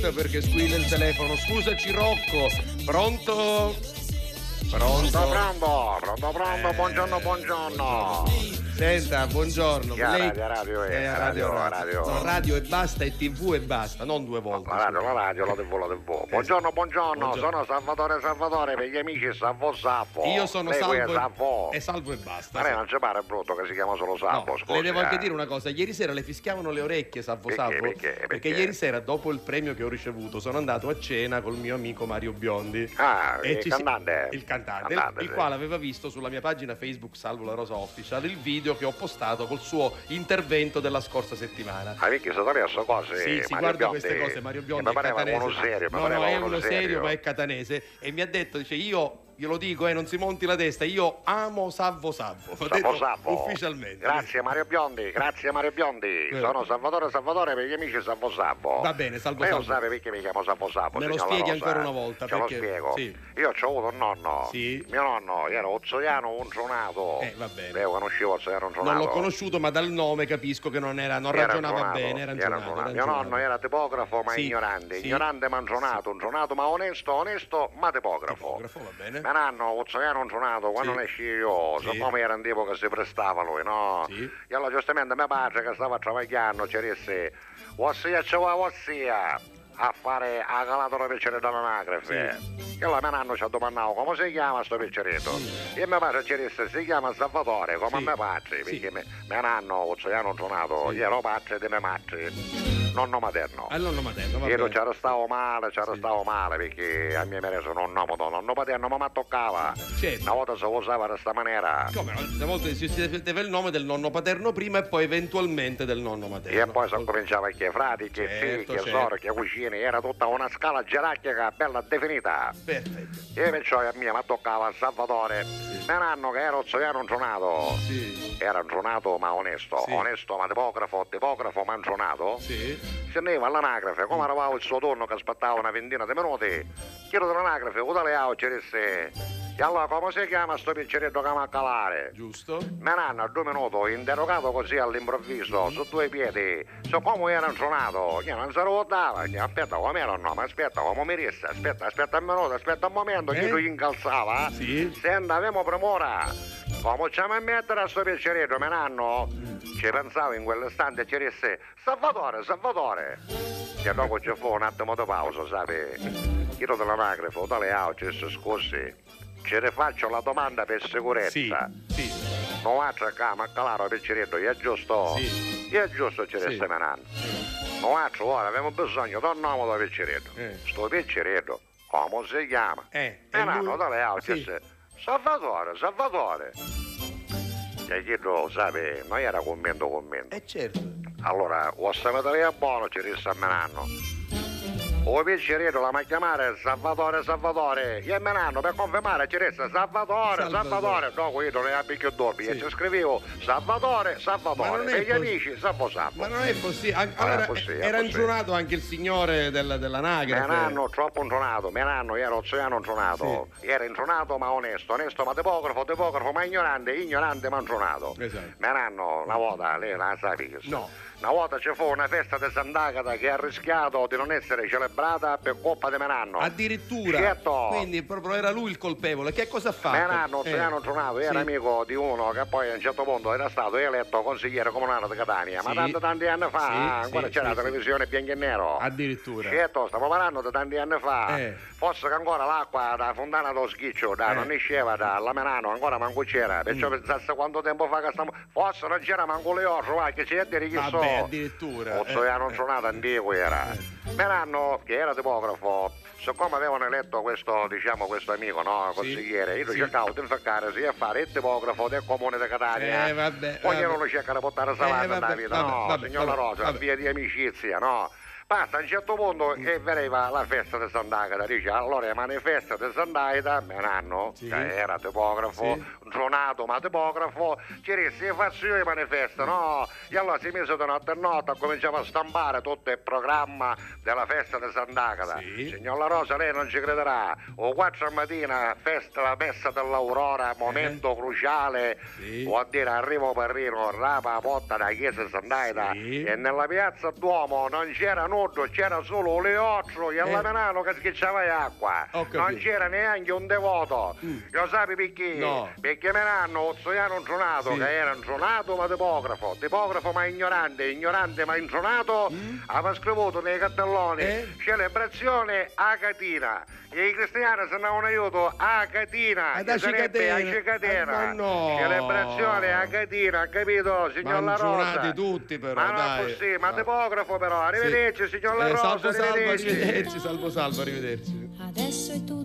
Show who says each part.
Speaker 1: diretta perché squilla il telefono. Scusaci Rocco, pronto?
Speaker 2: Pronto,
Speaker 1: Pronto?
Speaker 2: pronto, pronto, pronto, buongiorno, buongiorno.
Speaker 1: Senta, buongiorno.
Speaker 2: Chi ha radio, radio, eh,
Speaker 1: Eh, radio,
Speaker 2: radio,
Speaker 1: radio.
Speaker 2: radio.
Speaker 1: No, radio e basta e tv e basta, non due volte.
Speaker 2: La radio, la radio, la devo, la devo. Buongiorno, buongiorno,
Speaker 1: Buongiorno.
Speaker 2: sono Salvatore Salvatore, per gli amici Salvo Salvo.
Speaker 1: Io sono
Speaker 2: Lei qui è
Speaker 1: salvo
Speaker 2: Salvo.
Speaker 1: e, e salvo e
Speaker 2: Ma lei
Speaker 1: basta.
Speaker 2: non ci pare brutto che si chiama solo
Speaker 1: No,
Speaker 2: Salvo, scusi.
Speaker 1: le devo anche
Speaker 2: eh.
Speaker 1: dire una cosa, ieri sera le fischiavano le orecchie, salvo
Speaker 2: Perché,
Speaker 1: salvo,
Speaker 2: perché, perché?
Speaker 1: ieri sera dopo il premio che ho ricevuto sono andato a cena col mio amico Mario Biondi.
Speaker 2: Ah, il
Speaker 1: ci si-
Speaker 2: cantante.
Speaker 1: il cantante, il
Speaker 2: sì.
Speaker 1: quale aveva visto sulla mia pagina Facebook Salvo la Rosa Official il video che ho postato col suo intervento della scorsa settimana.
Speaker 2: Ah, perché sono adesso cose.
Speaker 1: Sì, si
Speaker 2: Mario
Speaker 1: guarda
Speaker 2: Biondi.
Speaker 1: queste cose, Mario Biondi
Speaker 2: Mi
Speaker 1: è
Speaker 2: pareva
Speaker 1: catanese.
Speaker 2: uno serio, mi
Speaker 1: no,
Speaker 2: pareva
Speaker 1: no, è
Speaker 2: uno
Speaker 1: uno serio,
Speaker 2: serio.
Speaker 1: ma è catanese e mi ha detto dice "Io glielo dico, eh, non si monti la testa, io amo Salvo Salvo". Ha
Speaker 2: Salvo,
Speaker 1: detto
Speaker 2: Salvo.
Speaker 1: ufficialmente.
Speaker 2: Grazie Mario Biondi, grazie Mario Biondi.
Speaker 1: Eh.
Speaker 2: Sono Salvatore Salvatore per gli amici Salvo Salvo.
Speaker 1: Va bene, Salvo
Speaker 2: Lei
Speaker 1: Salvo.
Speaker 2: lo sa perché mi chiamo Salvo Salvo?
Speaker 1: Me lo
Speaker 2: signor La
Speaker 1: spieghi
Speaker 2: Rosa? eh?
Speaker 1: ancora una volta,
Speaker 2: Ce
Speaker 1: perché-
Speaker 2: lo spiego.
Speaker 1: sì.
Speaker 2: Io ho avuto un nonno.
Speaker 1: Sì.
Speaker 2: Mio nonno era Ozzoliano Unzonato.
Speaker 1: Eh, va bene.
Speaker 2: Lei lo conoscevo Ozzoliano Unzonato.
Speaker 1: Non l'ho conosciuto, ma dal nome capisco che non, era, non
Speaker 2: Era
Speaker 1: ragionava
Speaker 2: inzonato,
Speaker 1: bene, era
Speaker 2: era
Speaker 1: ragionato.
Speaker 2: inzonato. Mio nonno era tipografo ma
Speaker 1: Sì,
Speaker 2: ignorante,
Speaker 1: sì.
Speaker 2: ignorante ma inzonato, inzonato ma onesto, onesto ma tipografo.
Speaker 1: Tipografo, va bene.
Speaker 2: Mio nonno, Ozzoliano Unzonato, quando
Speaker 1: Sì.
Speaker 2: ne esci io,
Speaker 1: Sì.
Speaker 2: siccome era un tipo che si prestava lui, no?
Speaker 1: Sì.
Speaker 2: E allora giustamente mia padre che stava travagliando ci disse, ossia ci va, ossia, a fare a calatura piacere dall'anagrafe. E allora mio nonno ci ha domandato come si chiama sto picceretto. E mio padre ci disse si chiama Salvatore, come
Speaker 1: Sì.
Speaker 2: mio padre,
Speaker 1: Sì.
Speaker 2: perché me- mio nonno, Ozzoliano Unzonato,
Speaker 1: Sì.
Speaker 2: gli ero padre di mia madre, nonno materno.
Speaker 1: Al nonno materno, va
Speaker 2: Io
Speaker 1: bene.
Speaker 2: c'era stato male, c'era
Speaker 1: Sì.
Speaker 2: stato male perché a mia madre sono un nonno, nonno paterno, ma mi toccava.
Speaker 1: Certo.
Speaker 2: Una volta si usava in questa maniera.
Speaker 1: Come? Una volta si scriveva il nome del nonno paterno prima e poi eventualmente del nonno materno.
Speaker 2: E poi si cominciava che frati, che figli,
Speaker 1: Certo,
Speaker 2: che
Speaker 1: certo.
Speaker 2: sorelle, che cucine, era tutta una scala gerarchica bella definita.
Speaker 1: Perfetto.
Speaker 2: E perciò a mia mi toccava Salvatore. Mio nonno che era ozzoliano intronato.
Speaker 1: Sì.
Speaker 2: Era intronato ma onesto,
Speaker 1: Sì.
Speaker 2: onesto ma tipografo, tipografo ma intronato.
Speaker 1: Sì.
Speaker 2: Se andava all'anagrafe,
Speaker 1: Mm.
Speaker 2: come eravamo il suo turno che aspettava una ventina di minuti, chiedo dell'anagrafe, quale ha ci disse. E allora come si chiama sto picceretto che va a calare?
Speaker 1: Giusto?
Speaker 2: Mio nonno a due minuti, interrogato così all'improvviso,
Speaker 1: Mm-hmm.
Speaker 2: su due piedi, so come era suonato, che non si ricordava, che aspetta come era no, ma aspetta come mi resta, aspetta, aspetta un minuto, aspetta un momento,
Speaker 1: Eh?
Speaker 2: che lui incalzava,
Speaker 1: Sì.
Speaker 2: se andavamo premura, come ci a mettere a sto piacere, mio nonno? Ci pensavo in quell'istante e ci disse, Salvatore, Salvatore! E dopo ci fu un attimo di pausa, sai? Chiedo dell'anagrafo, tale auce, scusi, ci rifaccio la domanda per sicurezza.
Speaker 1: Sì. Sì.
Speaker 2: Non va a cercare, ma calare per ciretto, è giusto.
Speaker 1: Sì.
Speaker 2: È giusto ci
Speaker 1: Sì.
Speaker 2: resta menando. Non va a trovare, abbiamo bisogno di un nome da picciretto.
Speaker 1: Eh.
Speaker 2: Sto picciretto, come si chiama?
Speaker 1: Eh,
Speaker 2: E
Speaker 1: e
Speaker 2: l'hanno
Speaker 1: lui-
Speaker 2: dalle auto,
Speaker 1: sì.
Speaker 2: sì. Salvatore, Salvatore. E chiedo, sai, non era commento commento.
Speaker 1: Eh certo.
Speaker 2: Allora, o Salvatore è buono, ci resta menando. O picciretto la ma chiamare Salvatore, Salvatore. E menando per confermare ci resta Salvatore,
Speaker 1: Salvatore.
Speaker 2: Salvatore. No, io non ne abbia più dubbi.
Speaker 1: Sì.
Speaker 2: E ci scrivevo Salvatore,
Speaker 1: Ma
Speaker 2: Salvatore.
Speaker 1: non è
Speaker 2: E gli
Speaker 1: poss-
Speaker 2: amici, Salvo Salvo.
Speaker 1: Ma non è possibile. An-
Speaker 2: Ma è
Speaker 1: Allora, eh,
Speaker 2: possibile, è
Speaker 1: era
Speaker 2: possibile.
Speaker 1: ingiurato anche il signore della,
Speaker 2: Mio
Speaker 1: dell'anagrafe.
Speaker 2: nonno troppo intronato, mio nonno era oceano intronato, era intronato ma onesto, onesto ma tipografo, tipografo ma ignorante, ignorante ma intronato.
Speaker 1: Esatto.
Speaker 2: Mio nonno una volta, lei la sa che so.
Speaker 1: No.
Speaker 2: Una volta ci fu una festa di Sant'Agata che ha rischiato di non essere celebrata per colpa di mio nonno.
Speaker 1: Addirittura.
Speaker 2: Certo.
Speaker 1: Quindi proprio era lui il colpevole. Che cosa ha fatto? Eh.
Speaker 2: Mio nonno, Ozzaiano Tronato, era
Speaker 1: Sì.
Speaker 2: amico di uno che poi a un certo punto era stato eletto consigliere comunale di Catania, Eh, ma
Speaker 1: Sì.
Speaker 2: tanti tanti anni fa,
Speaker 1: Sì,
Speaker 2: ancora
Speaker 1: sì,
Speaker 2: c'era
Speaker 1: sì,
Speaker 2: la televisione bianco e nero.
Speaker 1: Addirittura.
Speaker 2: Certo, stiamo parlando di tanti anni fa,
Speaker 1: Eh.
Speaker 2: forse che ancora l'acqua da fontana dello schiccio, da,
Speaker 1: Eh. Mm.
Speaker 2: non esceva dalla Menano, ancora manco c'era, perciò pensasse quanto tempo fa che stiamo... Forse non c'era manco le orso, va, che c'è a dire chi so.
Speaker 1: Vabbè, addirittura.
Speaker 2: Ozzaiano
Speaker 1: Eh, eh.
Speaker 2: Tronato antico era. Mio nonno, che era tipografo, siccome avevano eletto questo, diciamo, questo amico, no, consigliere, io
Speaker 1: sì.
Speaker 2: cercavo di infaccare sia a fare il tipografo del comune di Catania.
Speaker 1: Eh, vabbè,
Speaker 2: Ognuno
Speaker 1: vabbè.
Speaker 2: lo cerca di portare salata
Speaker 1: Eh, vabbè,
Speaker 2: nella vita,
Speaker 1: vabbè,
Speaker 2: no,
Speaker 1: vabbè,
Speaker 2: signora
Speaker 1: vabbè,
Speaker 2: Rosa,
Speaker 1: vabbè.
Speaker 2: via di amicizia, no. Basta, a un certo punto che veniva la festa di Sant'Agata, dice allora ma nella festa di Sant'Agata, mio nonno,
Speaker 1: Sì.
Speaker 2: che Cioè, era tipografo,
Speaker 1: Sì.
Speaker 2: giornato ma tipografo, ci disse faccio io i manifesti, no? E allora si mise da notte a notte e cominciava a stampare tutto il programma della festa di Sant'Agata.
Speaker 1: Sì.
Speaker 2: Signor La Rosa, lei non ci crederà, o 4 mattina, festa, la messa
Speaker 1: Eh.
Speaker 2: dell'aurora, momento cruciale,
Speaker 1: Sì.
Speaker 2: vuol dire arrivo Parrino, rapa, porta da chiesa di Sant'Agata,
Speaker 1: Sì.
Speaker 2: e nella piazza Duomo non c'era nord c'era solo un leotro e
Speaker 1: Eh.
Speaker 2: all'amanano che schiacciava l'acqua.
Speaker 1: Ho capito. Mm.
Speaker 2: Non c'era neanche un devoto. Lo sapi perché?
Speaker 1: No.
Speaker 2: Perché me l'hanno ozzoiano intronato,
Speaker 1: Sì.
Speaker 2: che era intronato ma tipografo, tipografo ma ignorante, ignorante ma intronato, aveva scrivuto nei cartelloni
Speaker 1: Mm. Eh?
Speaker 2: celebrazione a Catina. E i cristiani se ne hanno aiuto a Catina.
Speaker 1: Ad
Speaker 2: che sarebbe
Speaker 1: Acicatena.
Speaker 2: a Cicatena.
Speaker 1: Ah, ma no.
Speaker 2: Celebrazione a Catina, capito, signor La Rosa?
Speaker 1: Mangiurati tutti però,
Speaker 2: Ma non
Speaker 1: dai.
Speaker 2: così, ma
Speaker 1: Ah.
Speaker 2: tipografo però, arrivederci
Speaker 1: Sì.
Speaker 2: signor La
Speaker 1: Eh,
Speaker 2: Rosa,
Speaker 1: salvo, salvo,
Speaker 2: arrivederci.
Speaker 1: arrivederci, salvo, salvo, arrivederci.
Speaker 3: Adesso è tutto